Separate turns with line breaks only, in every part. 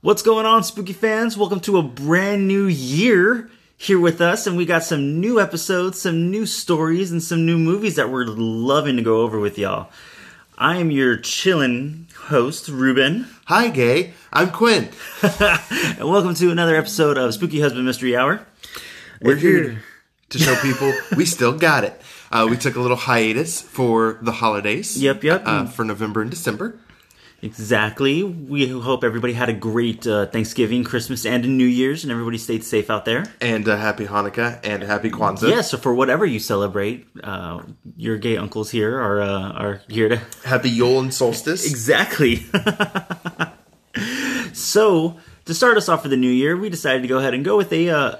What's going on, spooky fans? Welcome to a brand new year here with us, and we got some new episodes, some new stories, and some new movies that we're loving to go over with y'all. I am your chillin' host, Ruben,
Hi, gay. I'm Quinn.
and welcome to another episode of Spooky Husband Mystery Hour.
We're here to show people we still got it. Uh, we took a little hiatus for the holidays.
Yep, yep.
Uh, for November and December.
Exactly. We hope everybody had a great uh, Thanksgiving, Christmas, and New Year's, and everybody stayed safe out there.
And uh, happy Hanukkah and happy Kwanzaa.
Yeah, so for whatever you celebrate, uh, your gay uncles here are uh, are here to
Happy Yule and Solstice.
Exactly. so to start us off for the new year, we decided to go ahead and go with a uh,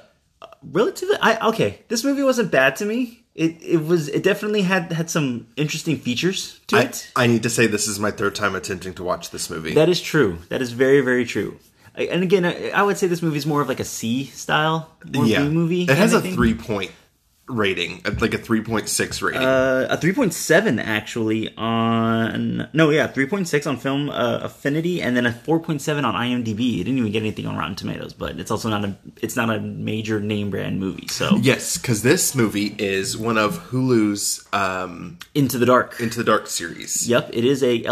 relatively. I okay, this movie wasn't bad to me. It it was it definitely had had some interesting features to
I,
it.
I need to say this is my third time attempting to watch this movie.
That is true. That is very very true. I- And again, I, I would say this movie is more of like a C style more B movie.
It has
than
a
anything.
three point rating, uh, like a 3.6 rating.
Uh, a 3.7 actually on no yeah 3.6 on film uh, affinity and then a 4.7 on imdb it didn't even get anything on rotten tomatoes but it's also not a it's not a major name brand movie so
yes, because this movie is one of Hulu's um,
into the dark
Into the Dark series.
yep it is a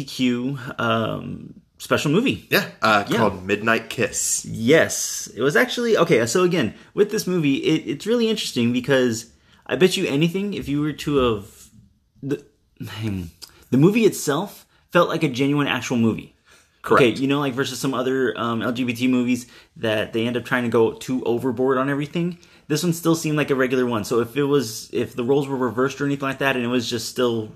lgbtq um special movie
Yeah, uh, called Midnight Kiss.
Yes, it was actually okay. So again, with this movie, it, it's really interesting because I bet you anything, if you were to have the hmm, the movie itself felt like a genuine actual movie.
Correct.
Okay, you know, like versus some other um, LGBT movies that they end up trying to go too overboard on everything. This one still seemed like a regular one. So if it was, if the roles were reversed or anything like that, and it was just still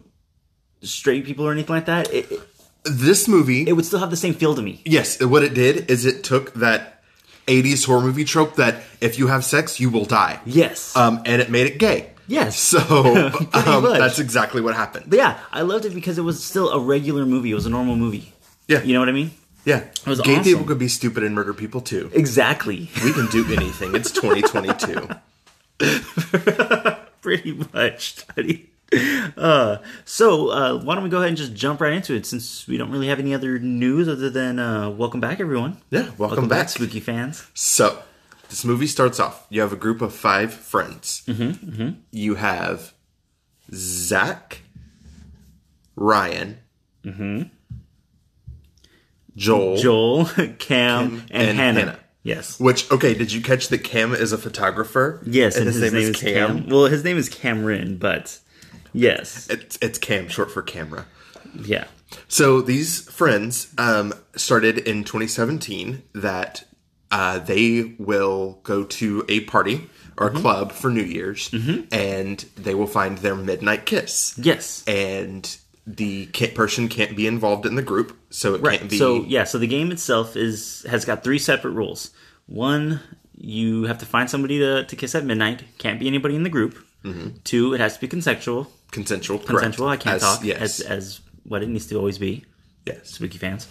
straight people or anything like that, it, it-
This movie
it would still have the same feel to me.
Yes, what it did is it took that 80s horror movie trope that if you have sex, you will die.
Yes.
Um, and it made it gay.
yes.
So um,
much.
that's exactly what happened.
But yeah, I loved it because it was still a regular movie. It was a normal movie.
Yeah.
You know what I mean?
yeah.
was
gay people
awesome.
could be stupid and murder people too.
Exactly.
We can do anything. It's 2022.
Pretty much. buddy. Uh, so uh, why don't we go ahead and just jump right into it since we don't really have any other news other than uh, welcome back, everyone.
Yeah, welcome, back.
spooky fans.
So this movie starts off. You have a group of five friends. Mm-hmm, You have Zach, Ryan, Mm-hmm. Joel,
Joel, Cam, and,
and
Hannah.
Hannah.
Yes.
Which okay, did you catch that Cam is a photographer?
Yes,
and, his, name, is Cam.
Well, his name is Cameron, but yes,
It's it's Cam, short for camera.
yeah,
So these friends um, started in 2017 that uh, they will go to a party or a
Mm-hmm.
club for New Year's, and they will find their midnight kiss.
yes.
And the ca- person can't be involved in the group, so it can't be.
So yeah, so the game itself is has got three separate rules. One, you have to find somebody to, to kiss at midnight. Can't be anybody in the group. Two, it has to be consensual.
consensual, Mm-hmm. correct.
Consensual. I can't
As-
talk.
Yes,
As, as what it needs to always be.
yes.
Spooky fans.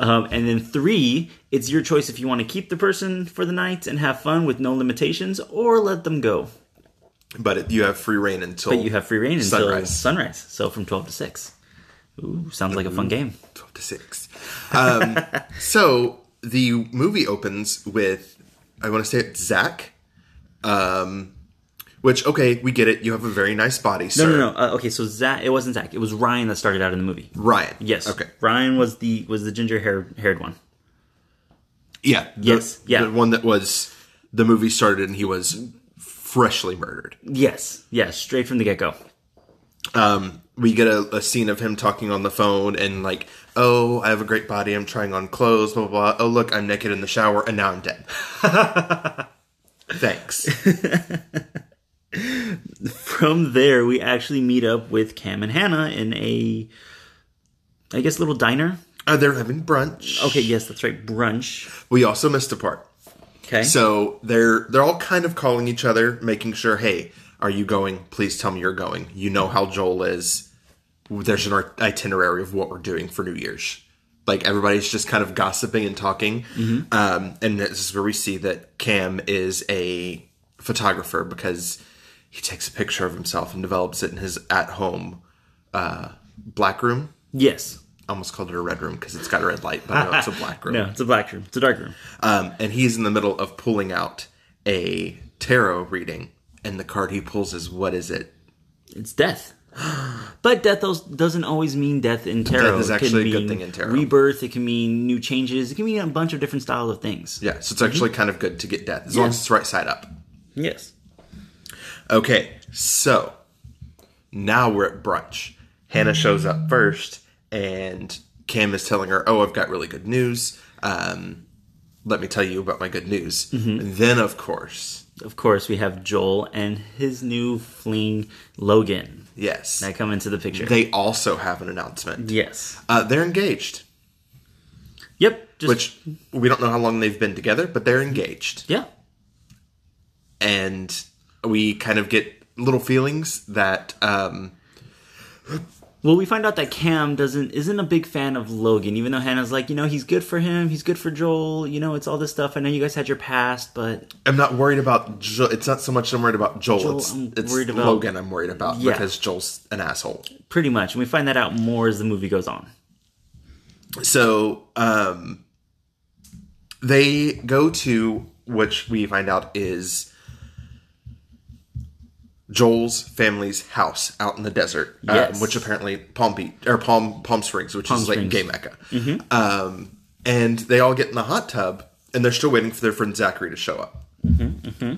Um, and then three, it's your choice if you want to keep the person for the night and have fun with no limitations, or let them go.
But it, you have free reign until
But you have free reign until sunrise.
Sunrise.
So from twelve to six. Ooh, sounds like a fun game.
12 to 6. Um, so the movie opens with, I want to say it's Zach. Um, which, okay, we get it. You have a very nice body, sir.
No, no, no. Uh, okay, so Zach. It wasn't Zach. It was Ryan that started out in the movie.
Ryan.
Yes.
Okay.
Ryan was the was the ginger hair haired one.
Yeah. the-
Yes, yeah.
The one that was, the movie started and he was freshly murdered.
Yes. Yes. Straight from the get go.
Um, we get a, a scene of him talking on the phone and like, oh, I have a great body. I'm trying on clothes, blah, blah, blah. Oh, look, I'm naked in the shower and now I'm dead. Thanks.
From there, we actually meet up with Cam and Hannah in a, I guess, little diner.
Uh, they're having brunch.
Okay. Yes, that's right. Brunch.
We also missed a part.
Okay.
So they're they're all kind of calling each other, making sure, hey, are you going? Please tell me you're going. You know how Joel is. There's an art- itinerary of what we're doing for New Year's. Like everybody's just kind of gossiping and talking. Um, and this is where we see that Cam is a photographer because he takes a picture of himself and develops it in his at home uh, black room.
yes.
I almost called it a red room because it's got a red light, but no, it's a black room.
No, it's a black room. It's a dark room.
Um, and he's in the middle of pulling out a tarot reading, and the card he pulls is what is it?
It's death. But death al- doesn't always mean death in tarot.
is
It can
actually a good
mean
thing in tarot.
Rebirth. It can mean new changes. It can mean a bunch of different styles of things.
Yeah, so it's actually kind of good to get death as
Mhm. Yeah.
long as it's right side up.
Yes.
Okay, so now we're at brunch. Hannah
Mm-hmm.
shows up first, and Cam is telling her, "Oh, I've got really good news. Um, let me tell you about my good news."
Mm-hmm.
Then, of course,
Of course, we have Joel and his new fling Logan
yes,
that come into the picture.
they also have an announcement.
yes.
Uh, they're engaged,
Yep. Just,
which we don't know how long they've been together, but they're engaged.
Yeah.
and we kind of get little feelings that um
Well, we find out that Cam doesn't isn't a big fan of Logan, even though Hannah's like, you know, he's good for him, he's good for Joel, you know, it's all this stuff. I know you guys had your past, but
I'm not worried about Joel. It's not so much I'm worried about Joel.
Joel,
it's
I'm
it's
worried about-
Logan. I'm worried about
Yeah.
because Joel's an asshole.
pretty much, and we find that out more as the movie goes on.
So um, they go to which we find out is Joel's family's house out in the desert, um,
Yes.
which apparently Palm Beach or Palm Palm Springs, which is like
Springs.
gay mecca. Um, and they all get in the hot tub, and they're still waiting for their friend Zachary to show up.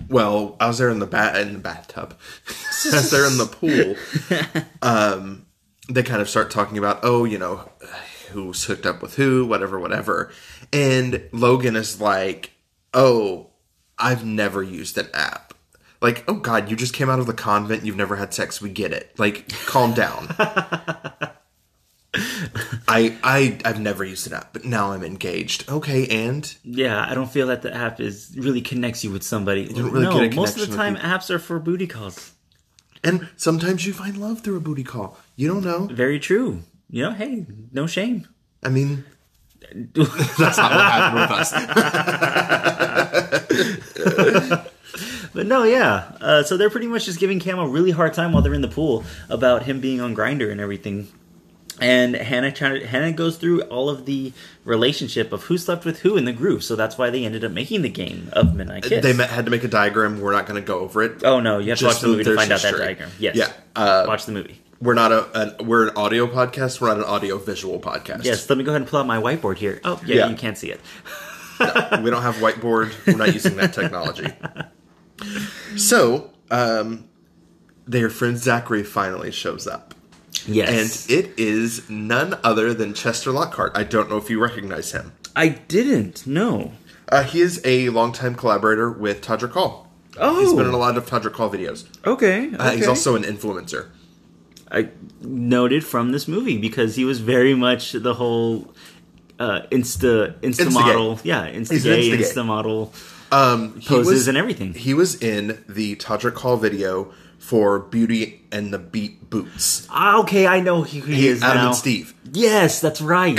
Well, I was there in the bat in the bathtub. I was there in the pool. Um, they kind of start talking about, oh, you know, who's hooked up with who, whatever, whatever. And Logan is like, oh, I've never used an app. Like, oh God, you just came out of the convent. You've never had sex. We get it. Like, calm down. I I I've never used an app, but now I'm engaged. Okay, and
Yeah, I don't feel that the app is really connects you with somebody.
don't really
no,
get a
most of
connection
the
with
time,
people.
apps are for booty calls.
and sometimes you find love through a booty call. You don't know.
Very true. You know, hey, no shame.
I mean, that's not what happened with us.
But no, yeah. Uh, so they're pretty much just giving Cam a really hard time while they're in the pool about him being on Grinder and everything. And Hannah trying Hannah goes through all of the relationship of who slept with who in the group. So that's why they ended up making the game of Midnight Kiss.
They ma- had to make a diagram. We're not going to go over it.
oh no, you have to
Just
watch the movie to
there's
find out that
history.
diagram. Yes.
Yeah. Uh,
watch the movie.
we're not a an, we're an audio podcast. We're not an audio visual podcast.
Yes. Let me go ahead and pull out my whiteboard here. Oh yeah,
Yeah.
you can't see it.
we don't have whiteboard. We're not using that technology. So, um, their friend Zachary finally shows up,
Yes.
and it is none other than Chester Lockhart. I don't know if you recognize him.
I didn't. No.
Uh, he is a longtime collaborator with Todrick Hall.
Oh.
He's been in a lot of Todrick Hall videos.
Okay.
Uh, He's
okay.
also an influencer.
I noted from this movie because he was very much the whole uh, insta insta
Insta-gay.
model, yeah, insta gay,
insta-gay.
insta model
Um, he
poses
was-
and everything.
He was in the Todrick Hall video for Beauty and the Beat Boots.
Ah, okay, I know who he, is
Adam
now.
and Steve.
Yes, that's right.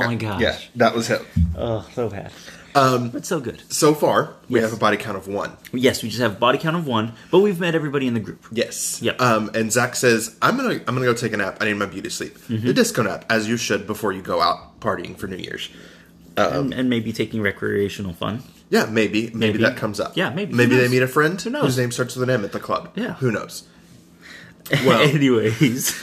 Oh my gosh.
Yeah, that was him.
Oh, so bad, um, but so good.
So far, we
Yes.
have a body count of one.
Yes, we just have body count of one, but we've met everybody in the group.
Yes.
Yep.
Um, and Zach says, "I'm gonna, I'm gonna go take a nap. I need my beauty sleep.
Mm-hmm.
The disco nap, as you should before you go out partying for New Year's. Uh,
and, and maybe taking recreational fun.
Yeah, maybe, maybe,
Maybe.
that comes up.
Yeah, maybe. Who
Maybe they
knows?
meet a friend
Who knows?
whose name starts with an M at the club.
Yeah.
who knows? Well,
Anyways.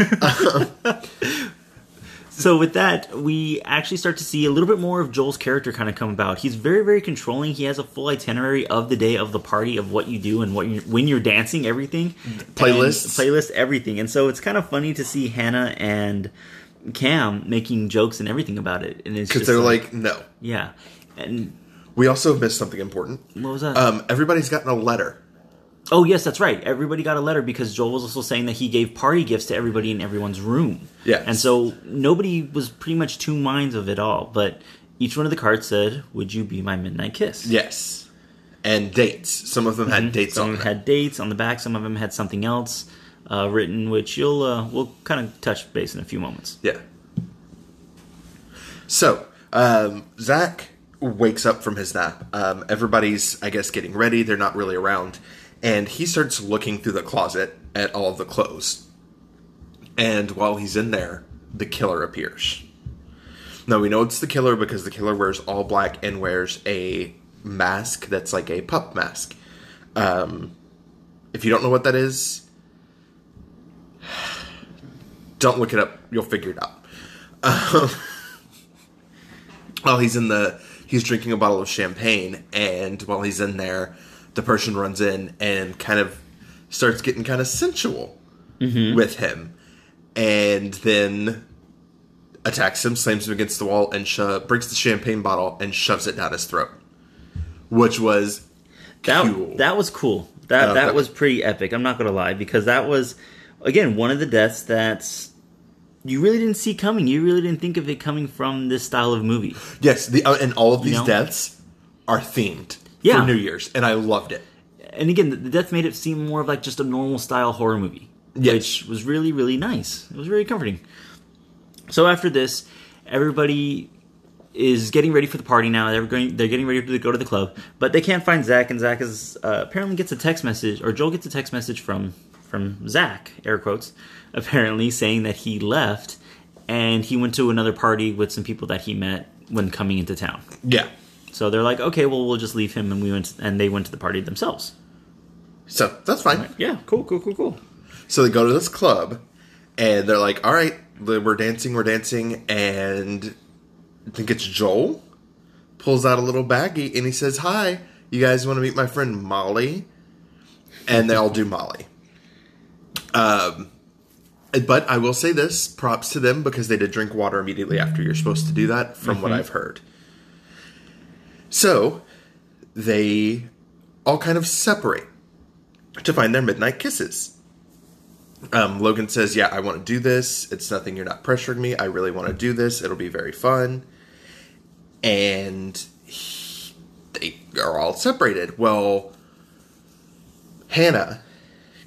so with that, we actually start to see a little bit more of Joel's character kind of come about. He's very, very controlling. He has a full itinerary of the day, of the party, of what you do and what you when you're dancing, everything.
Playlists.
And playlist, everything. And so it's kind of funny to see Hannah and Cam making jokes and everything about it. And it's
because
just
they're like, no.
Yeah. And
We also missed something important.
what was that?
Um, everybody's gotten a letter.
oh yes, that's right. Everybody got a letter because Joel was also saying that he gave party gifts to everybody in everyone's room.
Yeah.
And so nobody was pretty much two minds of it all, but each one of the cards said, "Would you be my midnight kiss?"
Yes. And dates. Some of them had dates
Some
on
of
them.
them had dates on the back. Some of them had something else uh, written, which you'll uh, we'll kind of touch base in a few moments.
yeah. So, um, Zach wakes up from his nap. Um, everybody's, I guess, getting ready. They're not really around. And he starts looking through the closet at all of the clothes. And while he's in there, the killer appears. Now we know it's the killer because the killer wears all black and wears a mask that's like a pup mask. Um, if you don't know what that is, don't look it up. You'll figure it out. Um, while he's in the, he's drinking a bottle of champagne, and while he's in there, the person runs in and kind of starts getting kind of sensual
Mm-hmm.
with him, and then attacks him, slams him against the wall, and sho- breaks the champagne bottle and shoves it down his throat, which was
That
cool.
that was cool. That
Uh,
that
that-
was pretty epic. I'm not gonna lie because that was again one of the deaths that you really didn't see coming. You really didn't think of it coming from this style of movie.
Yes, the uh, and all of these
know?
deaths are themed
Yeah.
for New Year's, and I loved it.
And again, the, the death made it seem more of like just a normal style horror movie,
Yes.
which was really really nice. It was really comforting. So after this, everybody is getting ready for the party now. They're going. They're getting ready to go to the club, but they can't find Zach. And Zach is uh, apparently gets a text message, or Joel gets a text message from from Zach, air quotes, apparently saying that he left and he went to another party with some people that he met when coming into town.
Yeah.
So they're like, okay, well, we'll just leave him, and we went and they went to the party themselves.
So that's fine.
Yeah, cool, cool, cool, cool.
So they go to this club, and they're like, "All right, the- we're dancing, we're dancing," and I think it's Joel pulls out a little baggie and he says, "Hi, you guys want to meet my friend Molly?" And they all do Molly. Um, but I will say this: props to them because they did drink water immediately after. You're supposed to do that, from what I've heard. So they all kind of separate to find their midnight kisses. Um, Logan says, Yeah, I want to do this. It's nothing. You're not pressuring me. I really want to do this. It'll be very fun. And he- they are all separated. Well, Hannah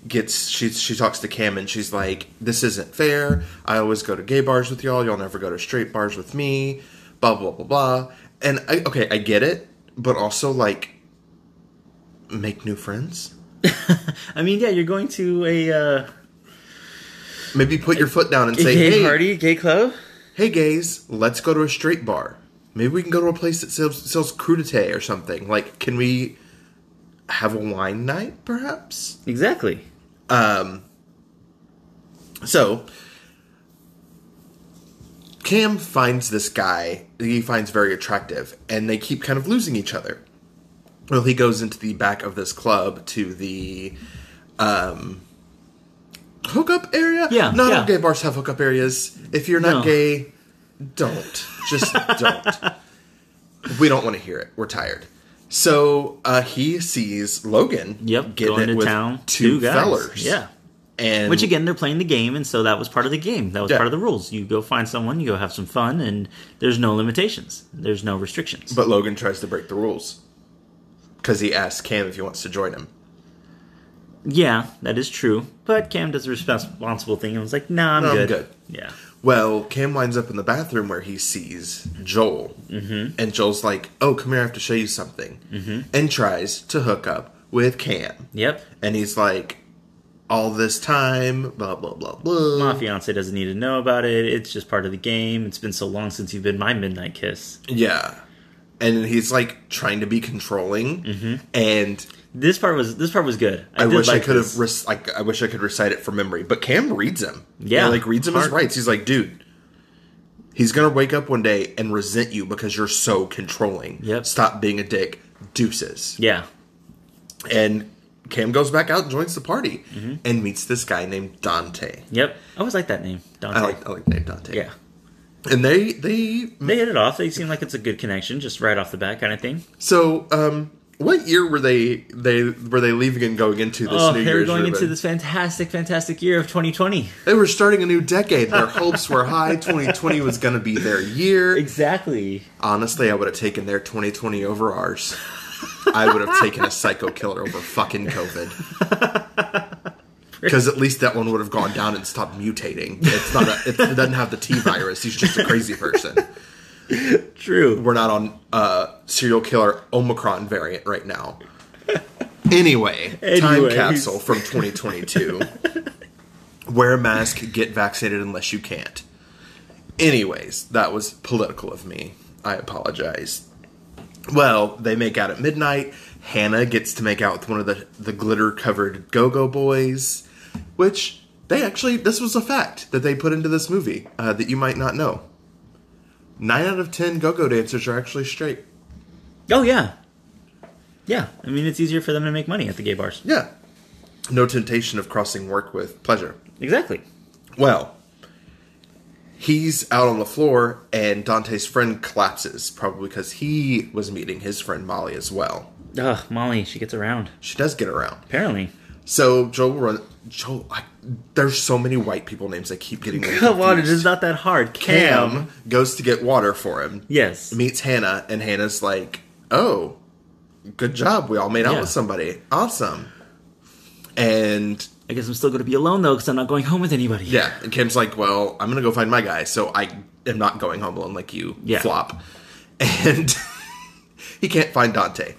gets she she talks to Cam and she's like, "This isn't fair. I always go to gay bars with y'all. Y'all never go to straight bars with me." Blah blah blah blah. And I, okay, I get it, but also like, make new friends.
I mean, yeah, you're going to a uh,
Maybe put your foot down and say,
gay
"Hey,
party, gay club.
hey gays, let's go to a straight bar. Maybe we can go to a place that sells, sells crudité or something. Like, can we have a wine night, perhaps?
Exactly.
Um, so, Cam finds this guy that he finds very attractive, and they keep kind of losing each other. Well, he goes into the back of this club to the um, hookup area.
Yeah,
not
yeah.
all gay bars have hookup areas. If you're not
No.
gay, don't just don't. We don't want to hear it. We're tired. So uh, he sees Logan.
Yep,
getting
going
it
to
with
town.
Two,
guys.
fellers.
Yeah.
and
Which again, they're playing the game, and so that was part of the game. That was
Yeah.
part of the rules. You go find someone, you go have some fun, and there's no limitations. There's no restrictions.
But Logan tries to break the rules because he asks Cam if he wants to join him.
yeah, that is true. But Cam does the responsible thing and was like, "Nah, I'm
No, I'm
good."
good.
Yeah.
Well, Cam winds up in the bathroom where he sees Joel, mm-hmm. and Joel's like, "Oh, come here, I have to show you something," mm-hmm. and tries to hook up with Cam,
Yep.
and he's like, "All this time, blah blah blah blah."
My fiance doesn't need to know about it. It's just part of the game. It's been so long since you've been my midnight kiss.
Yeah, and he's like trying to be controlling, mm-hmm. and
This part was this part was good.
I,
did
wish
like
I could
this.
have. Rec- like, I wish I could recite it from memory. But Cam reads him.
Yeah.
He, like reads him his
Hard.
rights. He's like, dude, he's gonna wake up one day and resent you because you're so controlling.
Yep.
Stop being a dick. Deuces.
Yeah.
And Cam goes back out, and joins the party,
Mm-hmm.
and meets this guy named Dante.
Yep. I always like that name, Dante.
I like I like the name Dante.
yeah.
And they they
They hit it off. They seem like it's a good connection, just right off the bat kind of thing.
so um what year were they they were they leaving and going into this
oh,
New
they were
Year's?
going into
Ruben?
this fantastic, fantastic year of 2020.
They were starting a new decade. Their hopes were high. 2020 was going to be their year.
Exactly.
Honestly, I would have taken their 2020 over ours. I would have taken a psycho killer over fucking COVID. Because at least that one would have gone down and stopped mutating. It's not. A, it doesn't have the T virus. He's just a crazy person.
True.
We're not on uh, serial killer Omicron variant right now. Anyway, time
Anyways.
capsule from 2022. Wear a mask. Get vaccinated unless you can't. Anyways, that was political of me. I apologize. Well, they make out at midnight. Hannah gets to make out with one of the, the glitter covered go go boys, which they actually, this was a fact that they put into this movie uh, that you might not know. Nine out of ten go go dancers are actually straight.
Oh yeah, yeah. I mean, it's easier for them to make money at the gay bars.
Yeah. No temptation of crossing work with pleasure.
Exactly.
Well, he's out on the floor, and Dante's friend collapses, probably because he was meeting his friend Molly as well.
Ugh, Molly, she gets around.
She does get around.
Apparently.
So Joel run. Joel, I, there's so many white people names I keep getting. them
Come on, it
confused.
is not that hard.
Cam
Cam.
goes to get water for him.
Yes.
Meets Hannah, and Hannah's like, "Oh, good job. We all made out
Yeah.
with somebody. Awesome." And
I guess I'm still going to be alone though, because I'm not going home with anybody.
Yeah, and Kim's like, "Well, I'm gonna go find my guy, so I am not going home alone like you
Yeah.
flop." And he can't find Dante.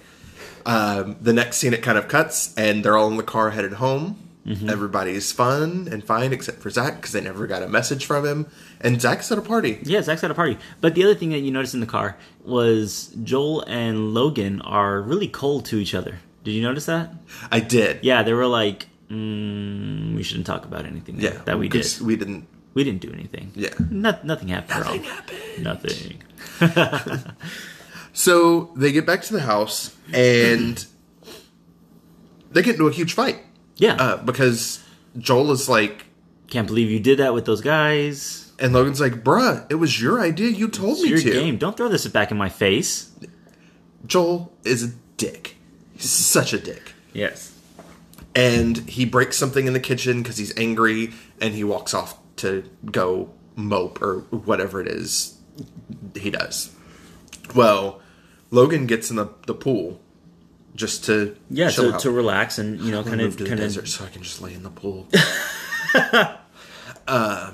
Um, the next scene, it kind of cuts, and they're all in the car headed home.
Mm-hmm.
Everybody's fun and fine except for Zach because they never got a message from him. And Zach's at a party.
Yeah, Zach's at a party. But the other thing that you noticed in the car was Joel and Logan are really cold to each other. Did you notice that?
I did.
Yeah, they were like, mm, we shouldn't talk about anything
yeah,
that we did.
'cause We didn't.
We didn't do anything.
Yeah.
No, nothing happened.
Nothing
girl.
happened.
Nothing.
So they get back to the house and they get into a huge fight
Yeah.
uh, because Joel is like,
Can't believe you did that with those guys.
And Logan's like, bruh, it was your idea. You told me
Your
to.
game. Don't throw this back in my face.
Joel is a dick. He's such a dick.
Yes.
And he breaks something in the kitchen because he's angry and he walks off to go mope or whatever it is he does. Well, Logan gets in the, the pool just to
Yeah,
chill
to,
out.
to relax and you know, kind
move
of,
to the
kind of,
desert so I can just lay in the pool. Um,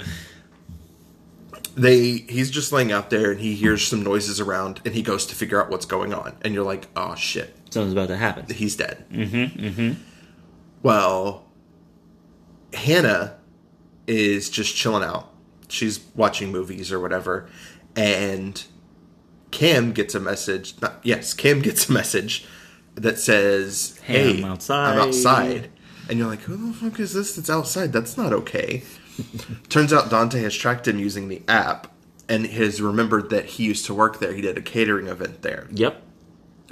they he's just laying out there and he hears some noises around and he goes to figure out what's going on and you're like, oh shit,
something's about to happen.
he's dead. Mm-hmm. Mm-hmm. Well, Hannah is just chilling out. She's watching movies or whatever, and Kim gets a message. Not, yes, Kim gets a message that says,
Hey,
"Hey,
I'm outside."
I'm outside." And you're like, "Who the fuck is this? That's outside. That's not okay." Turns out Dante has tracked him using the app, and has remembered that he used to work there. He did a catering event there.
Yep.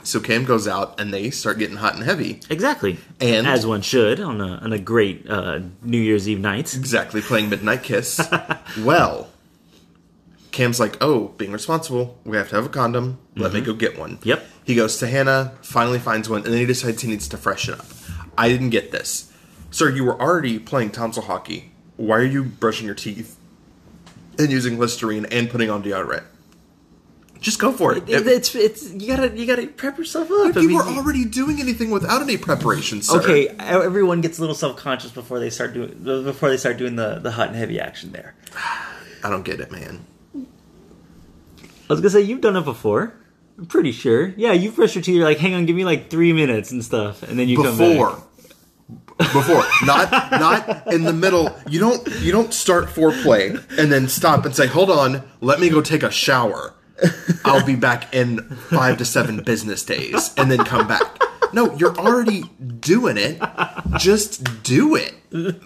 So Cam goes out and they start getting hot and heavy.
Exactly.
And-
as one should on a on a great uh, New Year's Eve night.
Exactly, playing Midnight Kiss. well, Cam's like, oh, being responsible, we have to have a condom. Let me go get one.
Mm-hmm. Yep.
He goes to Hannah, finally finds one, and then he decides he needs to freshen up. I didn't get this. Sir, you were already playing tonsil hockey. Why are you brushing your teeth and using Listerine and putting on deodorant? Just go for it.
It- it's it's you gotta you gotta prep yourself up. I
you
mean,
were already doing anything without any preparation, sir.
okay. e, Everyone gets a little self conscious before they start doing before they start doing the the hot and heavy action. There,
I don't get it, man.
I was gonna say you've done it before. I'm pretty sure. Yeah, you brush your teeth. You're like, hang on, give me like three minutes and stuff, and then you come
before before not not in the middle you don't you don't start foreplay and then stop and say hold on let me go take a shower i'll be back in five to seven business days and then come back no you're already doing it just do it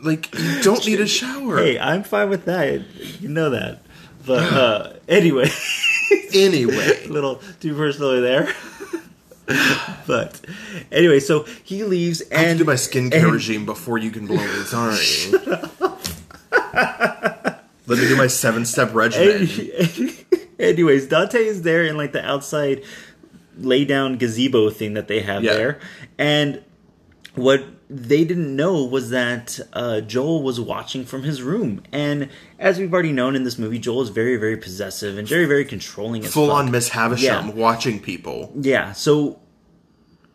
like you don't need a shower
Hey, I'm fine with that. You know that. But uh, anyway,
anyway
little too personally there. but anyway, so he leaves
I have
and
to do my skincare regime before you can blow me. Sorry. Let me do my seven-step regimen.
Anyways, Dante is there in like the outside lay down gazebo thing that they have
Yeah.
there. And what they didn't know was that uh, Joel was watching from his room. And as we've already known in this movie, Joel is very, very possessive and very, very controlling. As
full
fuck.
on Miss Havisham
Yeah.
watching people.
Yeah. So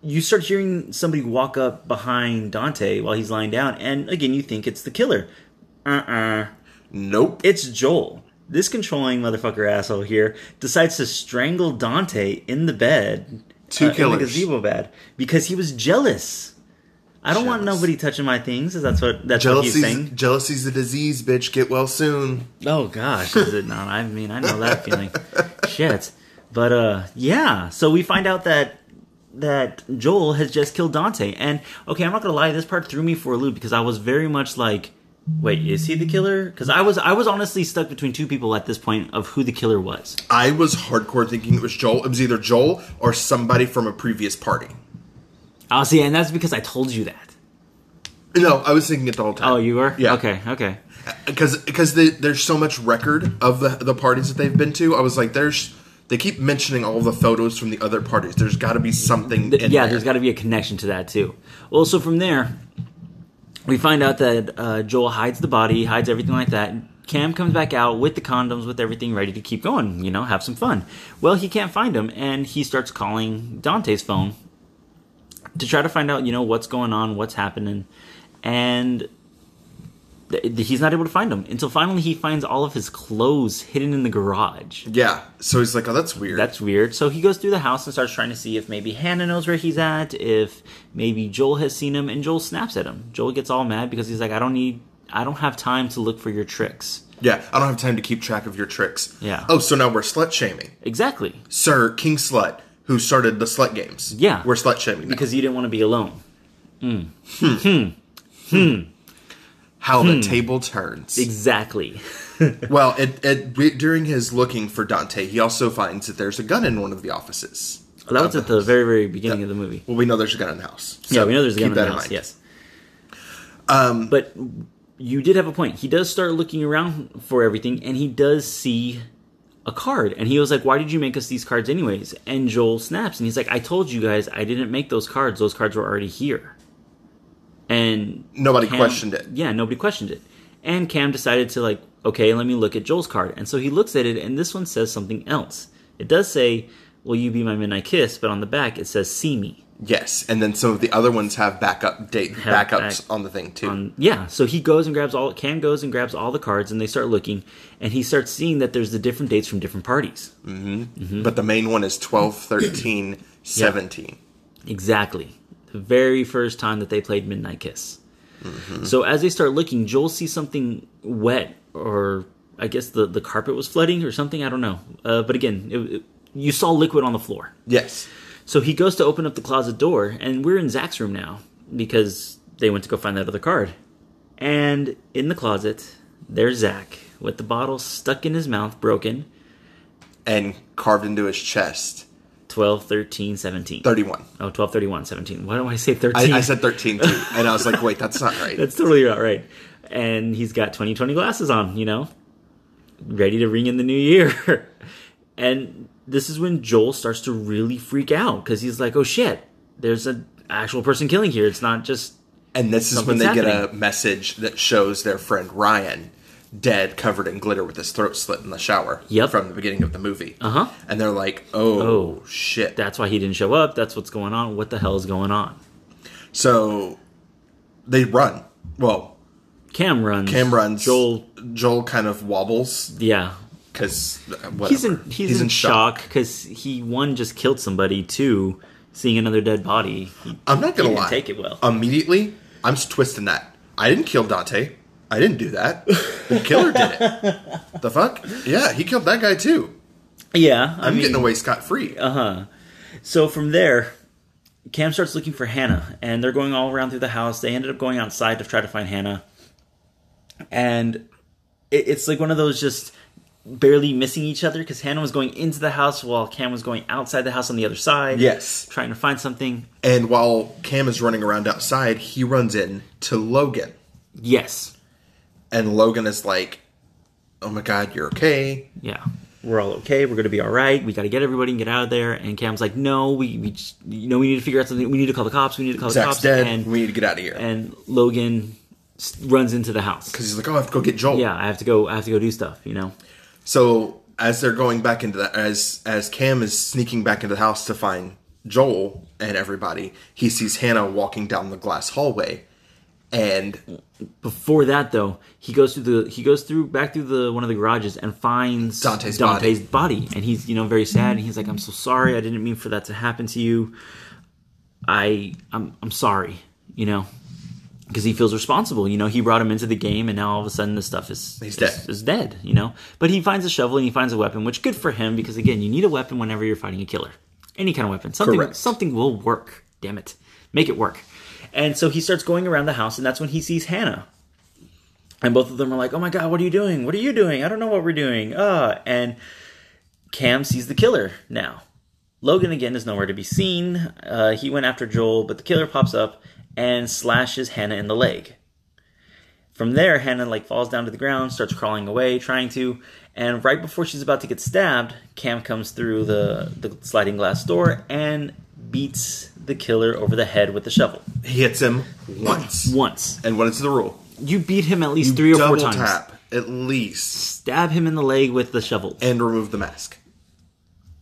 you start hearing somebody walk up behind Dante while he's lying down. And again, you think it's the killer. Uh uh
Nope.
It's Joel. This controlling motherfucker asshole here decides to strangle Dante in the bed, uh,
Two
in the
killers.
gazebo bed, because he was jealous. I don't want
Jealous.
nobody touching my things. Is that's what that's what he's
Jealousy's,
saying?
jealousy's a disease, bitch. Get well soon.
Oh gosh, is it not? I mean, I know that feeling. Shit. But uh yeah, so we find out that that Joel has just killed Dante. And okay, I'm not going to lie, this part threw me for a loop because I was very much like wait, is he the killer? Cuz I was I was honestly stuck between two people at this point of who the killer was.
I was hardcore thinking it was Joel. It was either Joel or somebody from a previous party.
Oh, see, and that's because I told you that.
No, I was thinking it the whole time.
Oh, you were?
Yeah.
Okay, okay.
because because the, there's so much record of the the parties that they've been to. I was like, there's they keep mentioning all the photos from the other parties. There's got to be something.
Th-
in
yeah,
there.
there's got to be a connection to that too. Well, so from there, we find out that uh, Joel hides the body, hides everything like that. Cam comes back out with the condoms, with everything ready to keep going, you know, have some fun. Well, he can't find him, and he starts calling Dante's phone to try to find out, you know, what's going on, what's happening, and th- th- he's not able to find him until finally he finds all of his clothes hidden in the garage.
yeah. So he's like, oh, that's weird.
That's weird. So he goes through the house and starts trying to see if maybe Hannah knows where he's at, if maybe Joel has seen him, and Joel snaps at him. Joel gets all mad because he's like, I don't need, I don't have time to look for your tricks.
yeah, I don't have time to keep track of your tricks.
Yeah.
Oh, so now we're slut shaming,
Exactly.
Sir King Slut, who started the slut games.
Yeah.
we're slut shaming because
Because you didn't want to be alone.
how
Hmm.
the table turns.
Exactly.
well, it, it we- during his looking for Dante, he also finds that there's a gun in one of the offices.
That was at the very, very beginning of the movie.
Well, we know there's a gun in the house.
yeah,
So
we know there's a gun
keep
in
that
the house.
mind.
Yes. Um, but you did have a point. He does start looking around for everything, and he does see a card, and he was like, "Why did you make us these cards, anyways?" And Joel snaps, and he's like, "I told you guys, I didn't make those cards. Those cards were already here." And
Nobody
Cam-
questioned it.
Yeah, nobody questioned it. And Cam decided to like, okay, let me look at Joel's card. And so he looks at it, and this one says something else. It does say, "Will you be my midnight kiss?" But on the back, it says, "See me."
Yes, and then some of the other ones have backup date
Have
backups
back-
on the thing too.
on- yeah so he goes and grabs all cam goes and grabs all the cards and they start looking and he starts seeing that there's the different dates from different parties Mm-hmm.
But the main one is 12, 13, 17.
exactly the very first time that they played midnight kiss so as they start looking joel sees something wet or i guess the, the carpet was flooding or something i don't know uh, but again it, it, you saw liquid on the floor
Yes.
So he goes to open up the closet door, and we're in Zach's room now because they went to go find that other card. And in the closet, there's Zach with the bottle stuck in his mouth, broken.
And carved into his chest,
12, 13, 17.
31.
Oh, 12, 31, 17. Why don't I say 13?
I, I said 13 too. And I was like, wait, that's not right.
That's totally about right. And he's got 2020 glasses on, you know, ready to ring in the new year. and this is when Joel starts to really freak out because he's like, oh shit, there's an actual person killing here. It's not just
And this is when they
Something's
get a
happening.
message that shows their friend Ryan dead, covered in glitter with his throat slit in the shower
Yep.
from the beginning of the movie.
Uh-huh.
And they're like, oh,
Oh,
shit.
that's why he didn't show up. That's what's going on. What the hell is going on?
so they run. Well,
Cam runs.
Cam runs.
Joel,
Joel kind of wobbles uh,
yeah.
because
He's in he's, in, shock because he one just killed somebody. Two, seeing another dead body. He,
I'm not gonna
he didn't
lie.
take it well.
Immediately, I'm s- twisting that. I didn't kill Dante. I didn't do that. The killer did it. The fuck? Yeah, he killed that guy too.
yeah, I
I'm
mean, uh-huh.
getting away scot free.
so from there, Cam starts looking for Hannah, and they're going all around through the house. They ended up going outside to try to find Hannah, and it, it's like one of those just barely missing each other because Hannah was going into the house while Cam was going outside the house on the other side.
yes.
trying to find something.
And while Cam is running around outside, he runs in to Logan,
Yes.
and Logan is like, "Oh my god, you're okay."
Yeah. We're all okay. We're gonna be all right. We gotta get everybody and get out of there. And Cam's like, no, we, we just, you know, we need to figure out something. We need to call the cops. We need to call
Zach's
the cops.
dead.
And
we need to get out of here.
and Logan s- runs into the house.
Because he's like, "Oh, I have to go get Joel."
Yeah, I have to go. I have to go do stuff. You know.
So as they're going back into the as as Cam is sneaking back into the house to find Joel and everybody, he sees Hannah walking down the glass hallway, and
Before that, though, he goes through the he goes through back through the one of the garages and finds
Dante's
body. and he's you know very sad, and he's like, "I'm so sorry. I didn't mean for that to happen to you. I I'm I'm sorry." you know, because he feels responsible. You know, he brought him into the game, and now all of a sudden this stuff is is,
He's dead.
is dead. You know, but he finds a shovel and he finds a weapon, which good for him because again, you need a weapon whenever you're fighting a killer, any kind of weapon. Something
Correct.
something will work. Damn it, make it work. And so he starts going around the house, and that's when he sees Hannah. And both of them are like, "Oh my god, what are you doing? What are you doing? I don't know what we're doing." Uh, and Cam sees the killer now. Logan again is nowhere to be seen. Uh, he went after Joel, but the killer pops up and slashes Hannah in the leg. From there, Hannah like falls down to the ground, starts crawling away, trying to, and right before she's about to get stabbed, Cam comes through the, the sliding glass door and beats the killer over the head with the shovel
He hits him once.
once.
And what is the rule?
You beat him at least three or four
Double
times.
tap at least
Stab him in the leg with the shovel.
and remove the mask.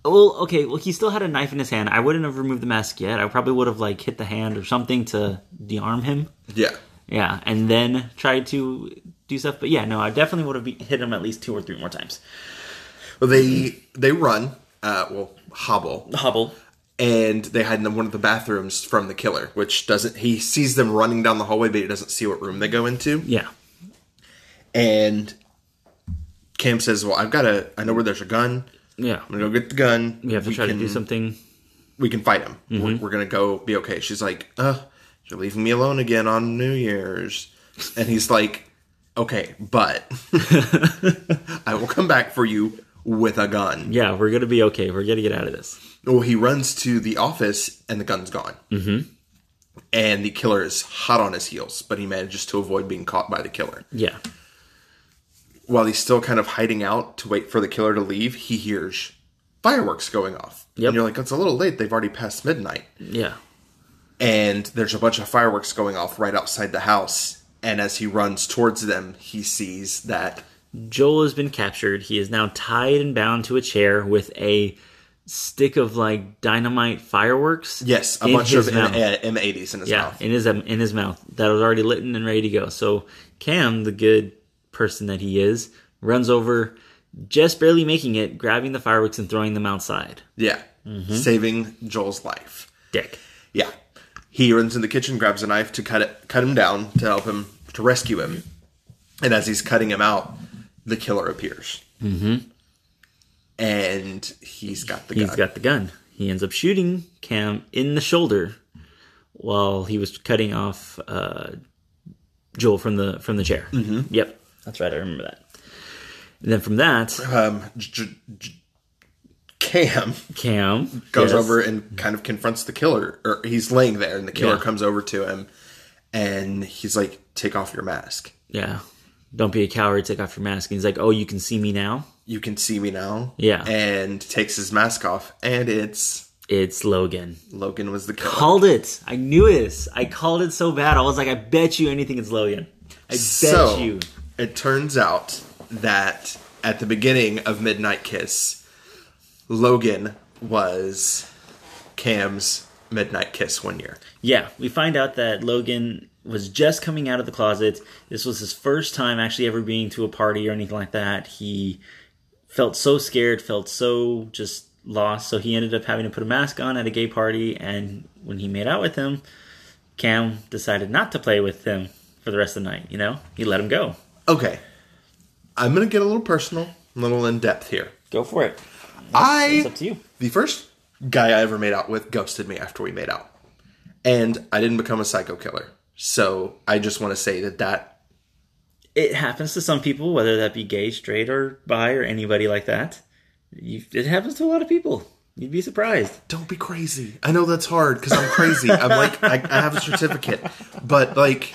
Well, okay. Well, he still had a knife in his hand. I wouldn't have removed the mask yet. I probably would have like hit the hand or something to dearm him.
Yeah.
Yeah, and then tried to do stuff. But yeah, no, I definitely would have be- hit him at least two or three more times.
Well, they they run. Uh, well, hobble,
Hobble.
and they hide in one of the bathrooms from the killer, which doesn't. He sees them running down the hallway, but he doesn't see what room they go into.
Yeah.
And Cam says, "Well, I've got to. I know where there's a gun.
Yeah.
I'm gonna go get the gun.
We have to Mm-hmm. try to do something.
we can fight him. We're, we're gonna go be okay. She's like, uh, you're leaving me alone again on New Year's. And he's like, okay, but I will come back for you with a gun.
Yeah, we're gonna be okay. We're gonna get out of this.
Well, he runs to the office and the gun's gone. Mm-hmm. And the killer is hot on his heels, but he manages to avoid being caught by the killer.
Yeah.
While he's still kind of hiding out to wait for the killer to leave, he hears fireworks going off.
Yep.
And you're like, it's a little late. They've already passed midnight.
Yeah.
and there's a bunch of fireworks going off right outside the house. And as he runs towards them, he sees that
Joel has been captured. He is now tied and bound to a chair with a stick of like dynamite fireworks.
yes, a
in
bunch
his
of
mouth.
M- M80s in his
Yeah,
mouth.
in his um, in his mouth that was already lit and ready to go. So Cam, the good person that he is, runs over, just barely making it, grabbing the fireworks and throwing them outside.
Yeah,
Mm-hmm.
saving Joel's life.
Dick.
Yeah, he runs in the kitchen, grabs a knife to cut it, cut him down to help him to rescue him. And as he's cutting him out, the killer appears. Mm-hmm. And he's got the
He's
gun.
got the gun. He ends up shooting Cam in the shoulder while he was cutting off uh, Joel from the from the chair. Mm-hmm. Yep, that's right. I remember that. And then from that,
um, J- J- J- Cam
Cam
goes
yes,
over and kind of confronts the killer or he's laying there and the killer
Yeah.
comes over to him and he's like take off your mask
Yeah, don't be a coward. Take off your mask. And he's like, "Oh, you can see me now."
you can see me now
Yeah.
and takes his mask off and it's
It's Logan.
logan was the killer
Called it. I knew this. I called it so bad. I was like, I bet you anything it's Logan. I bet
so
you.
it turns out that at the beginning of midnight kiss logan was cam's midnight kiss one year
Yeah, we find out that Logan was just coming out of the closet. This was his first time actually ever being to a party or anything like that. He felt so scared, felt so just lost. So he ended up having to put a mask on at a gay party. And when he made out with him, Cam decided not to play with him for the rest of the night. You know, he let him go.
okay i'm gonna get a little personal a little in depth here
Go for it.
i
It's up to you.
The first guy I ever made out with ghosted me after we made out. And I didn't become a psycho killer. So I just want to say that that,
it happens to some people, whether that be gay, straight, or bi, or anybody like that. You, it happens to a lot of people. You'd be surprised.
don't be crazy. I know that's hard because I'm crazy. I'm like, I, I have a certificate. But like,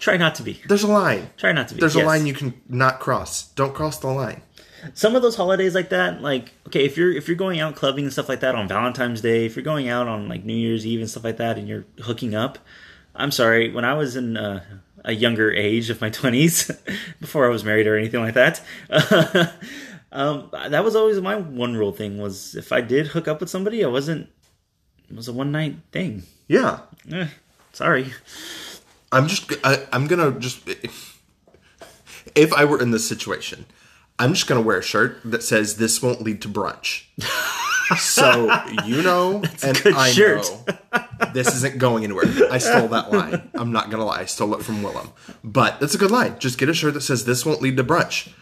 Try not to be.
there's a line.
Try not to be.
There's a
Yes.
line you can not cross. Don't cross the line.
some of those holidays like that, like okay, if you're if you're going out clubbing and stuff like that on Valentine's Day, if you're going out on like New Year's Eve and stuff like that, and you're hooking up, I'm sorry. When I was in uh, a younger age of my 20s, before I was married or anything like that, um, that was always my one rule thing was if I did hook up with somebody, I wasn't. It was a one night thing.
Yeah.
Eh, sorry.
I'm just, I, I'm going to just, if I were in this situation, I'm just going to wear a shirt that says, this won't lead to brunch. So you know, and
good
I
shirt.
know this isn't going anywhere. I stole that line. I'm not gonna lie, I stole it from Willem. But that's a good line. Just get a shirt that says "This won't lead to brunch."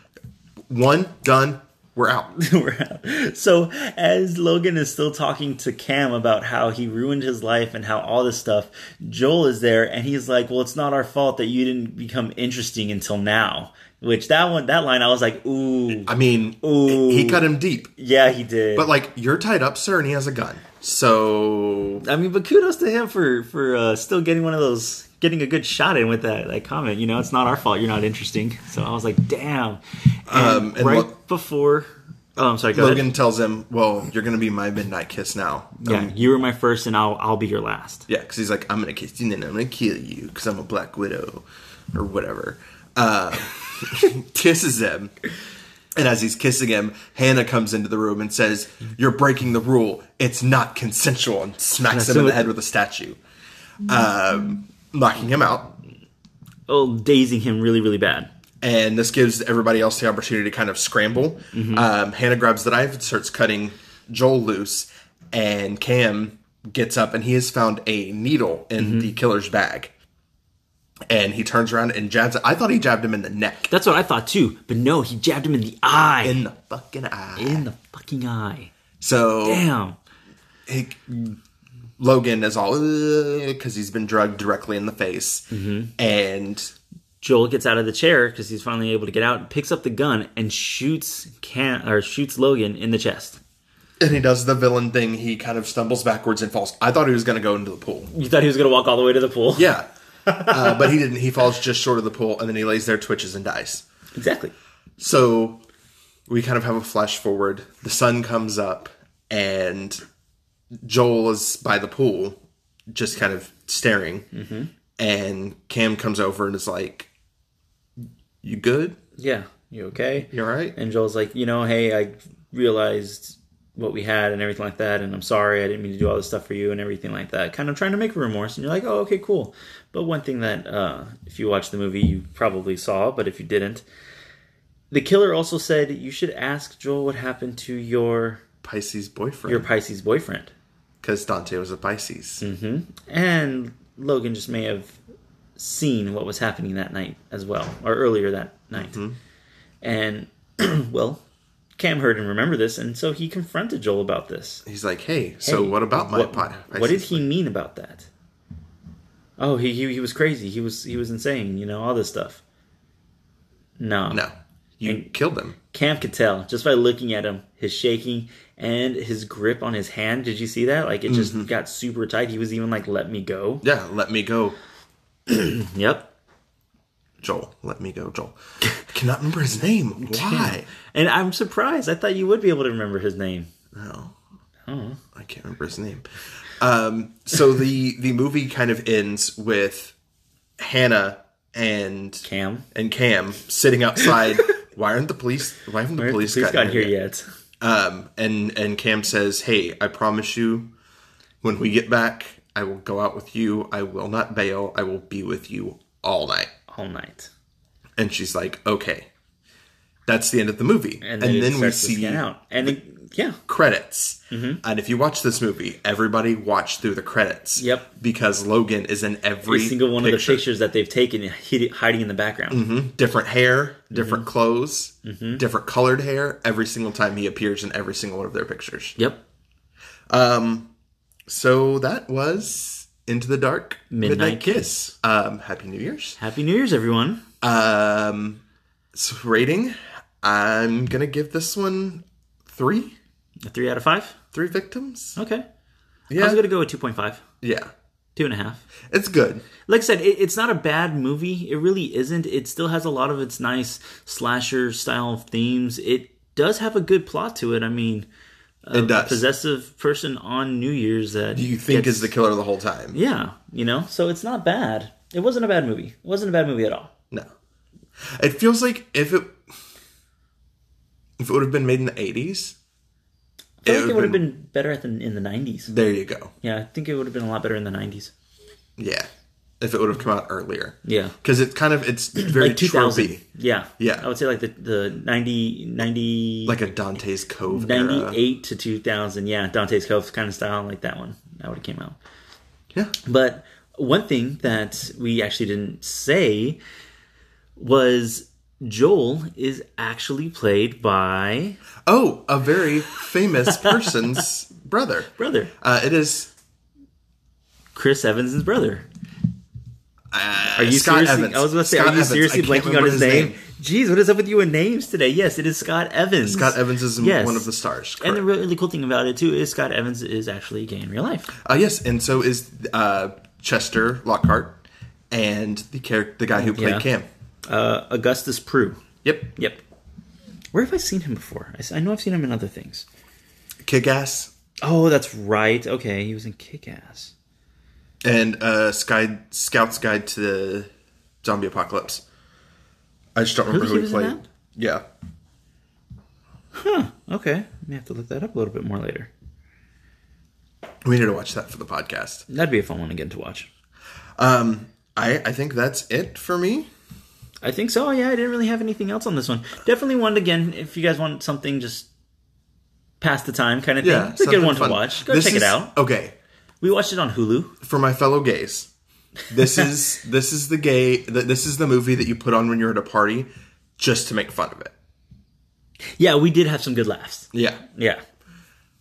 One done. We're out.
We're out. so as Logan is still talking to Cam about how he ruined his life and how all this stuff, Joel is there and he's like, "Well, it's not our fault that you didn't become interesting until now." Which that one, that line, I was like, "Ooh,
I mean,
Ooh.
he cut him deep.
yeah, he did."
But like, you're tied up, sir, and he has a gun. So
I mean, but kudos to him for for uh, still getting one of those, getting a good shot in with that that comment. You know, it's not our fault. You're not interesting. So I was like, "Damn!" And,
Um, and
right
Lo-
before, oh, I'm sorry, go ahead.
Logan tells him, "Well, you're gonna be my midnight kiss now."
Yeah,
Um,
you were my first, and I'll I'll be your last.
Yeah, because he's like, I'm gonna kiss you, and then I'm gonna kill you, because I'm a Black Widow, or whatever. Uh, kisses him, and as he's kissing him, Hannah comes into the room and says, "You're breaking the rule. It's not consensual," and smacks him in the head with a statue, um, knocking him out.
Oh, dazing him really, really bad.
And this gives everybody else the opportunity to kind of scramble. Um, Hannah grabs the knife and starts cutting Joel loose, and Cam gets up and he has found a needle in the killer's bag. And he turns around and jabs. I thought he jabbed him in the neck,
That's what I thought too, but no, he jabbed him in the eye.
in the fucking eye.
in the fucking eye.
So
Damn.
he, Logan is all because he's been drugged directly in the face, and
Joel gets out of the chair because he's finally able to get out, picks up the gun, and shoots Can or shoots Logan in the chest.
and he does the villain thing. He kind of stumbles backwards and falls. I thought he was going to go into the pool.
You thought he was gonna walk all the way to the pool?
Yeah. Uh, but he didn't. He falls just short of the pool, and then he lays there, twitches, and dies.
exactly.
So we kind of have a flash forward. The sun comes up, and Joel is by the pool, just kind of staring.
Mm-hmm.
And Cam comes over and is like, "You good?
Yeah. You okay?
You all right?"
And Joel's like, you know, hey, I realized what we had and everything like that, and I'm sorry, I didn't mean to do all this stuff for you and everything like that. Kind of trying to make remorse, and you're like, oh, okay, cool. But one thing that, uh, if you watched the movie, you probably saw, but if you didn't, the killer also said you should ask Joel what happened to your
Pisces
your
boyfriend,
Pisces boyfriend.
because Dante was a Pisces.
Hmm. And Logan just may have seen what was happening that night as well, or earlier that night.
Mm-hmm.
And, well, Cam heard and remembered this, and so he confronted Joel about this.
He's like, "Hey, so what about my
what,
Pi- Pisces?"
what did he mean about that? Oh, he, he he was crazy. He was he was insane. You know all this stuff. No,
No, you
And-
killed him.
Cam could tell just by looking at him, his shaking and his grip on his hand. Did you see that? Like it
Mm-hmm.
just got super tight. He was even like, "Let me go."
Yeah, let me go.
Yep.
Joel. Let me go, Joel. I cannot remember his name. Why?
And I'm surprised. I thought you would be able to remember his name.
No. I can't remember his name. Um, so the the movie kind of ends with Hannah and
Cam.
and Cam sitting outside. Why aren't the police? Why haven't the police,
Police, has
gotten
got here yet.
Um, and and Cam says, "Hey, I promise you, when we get back, I will go out with you. I will not bail. I will be with you all night."
All night.
And she's like, "Okay." That's the end of the movie,
And then, it starts to scan out. And it, yeah,
credits.
Mm-hmm.
And if you watch this movie, everybody watched through the credits.
Yep.
Because Logan is in every,
every single one of the
picture. Mm-hmm.
pictures that they've taken hid- hiding in the background.
Different hair, different
Mm-hmm.
clothes, different colored hair. Every single time he appears in every single one of their pictures.
Yep.
So that was Into the Dark
Midnight
Kiss. Um, Happy New Year's.
Happy New Year's, everyone.
Um, so rating, I'm going to give this one three.
A three out of five.
Three victims?
Okay. I
Yeah.
was going to go with 2.5,
Yeah.
two and a half.
It's good.
like I said, it, it's not a bad movie. It really isn't. It still has a lot of its nice slasher style themes. It does have a good plot to it. I mean, a
It does.
possessive person on New Year's that
you think
gets-
is the killer the whole time.
yeah, you know. So it's not bad. It wasn't a bad movie. It wasn't a bad movie at all.
No. It feels like if it if it would have been made in the eighties,
I feel
It
like it
would've
would have been better at the, in the '90s.
there you go.
Yeah, I think it would have been a lot better in the '90s.
Yeah. if it would have come out earlier.
Yeah.
Because it's kind of it's very
Like 2000.
tropey,
Yeah.
Yeah.
I would say like the, the 90, 90
like a Dante's Cove era.
98 to 2000. Yeah. Dante's Cove kind of style, like that one. That would have came out.
Yeah,
But one thing that we actually didn't say was Joel is actually played by
Oh, a very famous person's brother.
brother
Uh, it is
Chris Evans' brother.
uh,
Are you
Scott
seriously,
Evans.
I was going to say,
Scott
are you
Evans. I
seriously
can't
blanking on
remember
his, name? Jeez, what is up with you and names today? Yes, it is Scott Evans.
Scott Evans is
Yes.
one of the stars.
And
correct.
the really cool thing about it too is Scott Evans is actually gay in real life.
uh, yes, and so is uh, Chester Lockhart and the character, the guy who played
Yeah.
Cam.
Uh, Augustus Prue.
Yep,
Yep. Where have I seen him before? I s- I know I've seen him in other things.
Kick Ass
Oh, that's right. Okay, he was in Kick Ass.
and uh, Sky Scout's Guide to the Zombie Apocalypse. I just don't remember
was-
who
he was
he
in
played.
that?
Yeah,
Okay, may have to look that up a little bit more later.
we need to watch that for the podcast.
That'd be a fun one again to watch.
Um, I I think that's it for me.
I think so. Yeah, I didn't really have anything else on this one. Definitely one again. If you guys want something just pass the time kind of thing, it's a good
something
one
fun.
to watch. Go
This
check
is-
it out.
Okay,
We watched it on Hulu.
for my fellow gays, this is this is the gay. th- This is the movie that you put on when you're at a party, just to make fun of it.
Yeah, we did have some good laughs.
Yeah,
Yeah,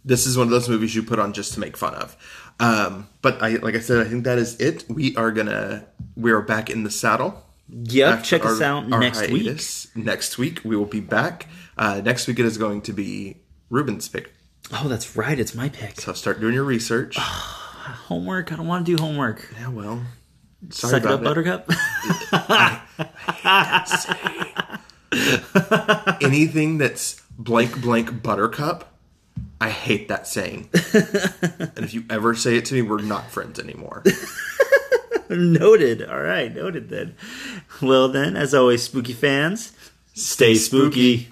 this is one of those movies you put on just to make fun of. Um, but I, like I said, I think that is it. We are gonna we are back in the saddle.
yep.
after
check
our-
us out
our
next week.
hiatus. Next week we will be back. Uh, next week it is going to be Ruben's pick.
Oh, that's right. It's my pick.
So start doing your research.
Homework. I don't want to do homework.
yeah, well, sorry
Suck it
about
up,
it.
Buttercup.
anything that's blank blank buttercup i hate that saying and if you ever say it to me we're not friends anymore
noted. All right, noted then. Well then, as always, spooky fans, stay spooky.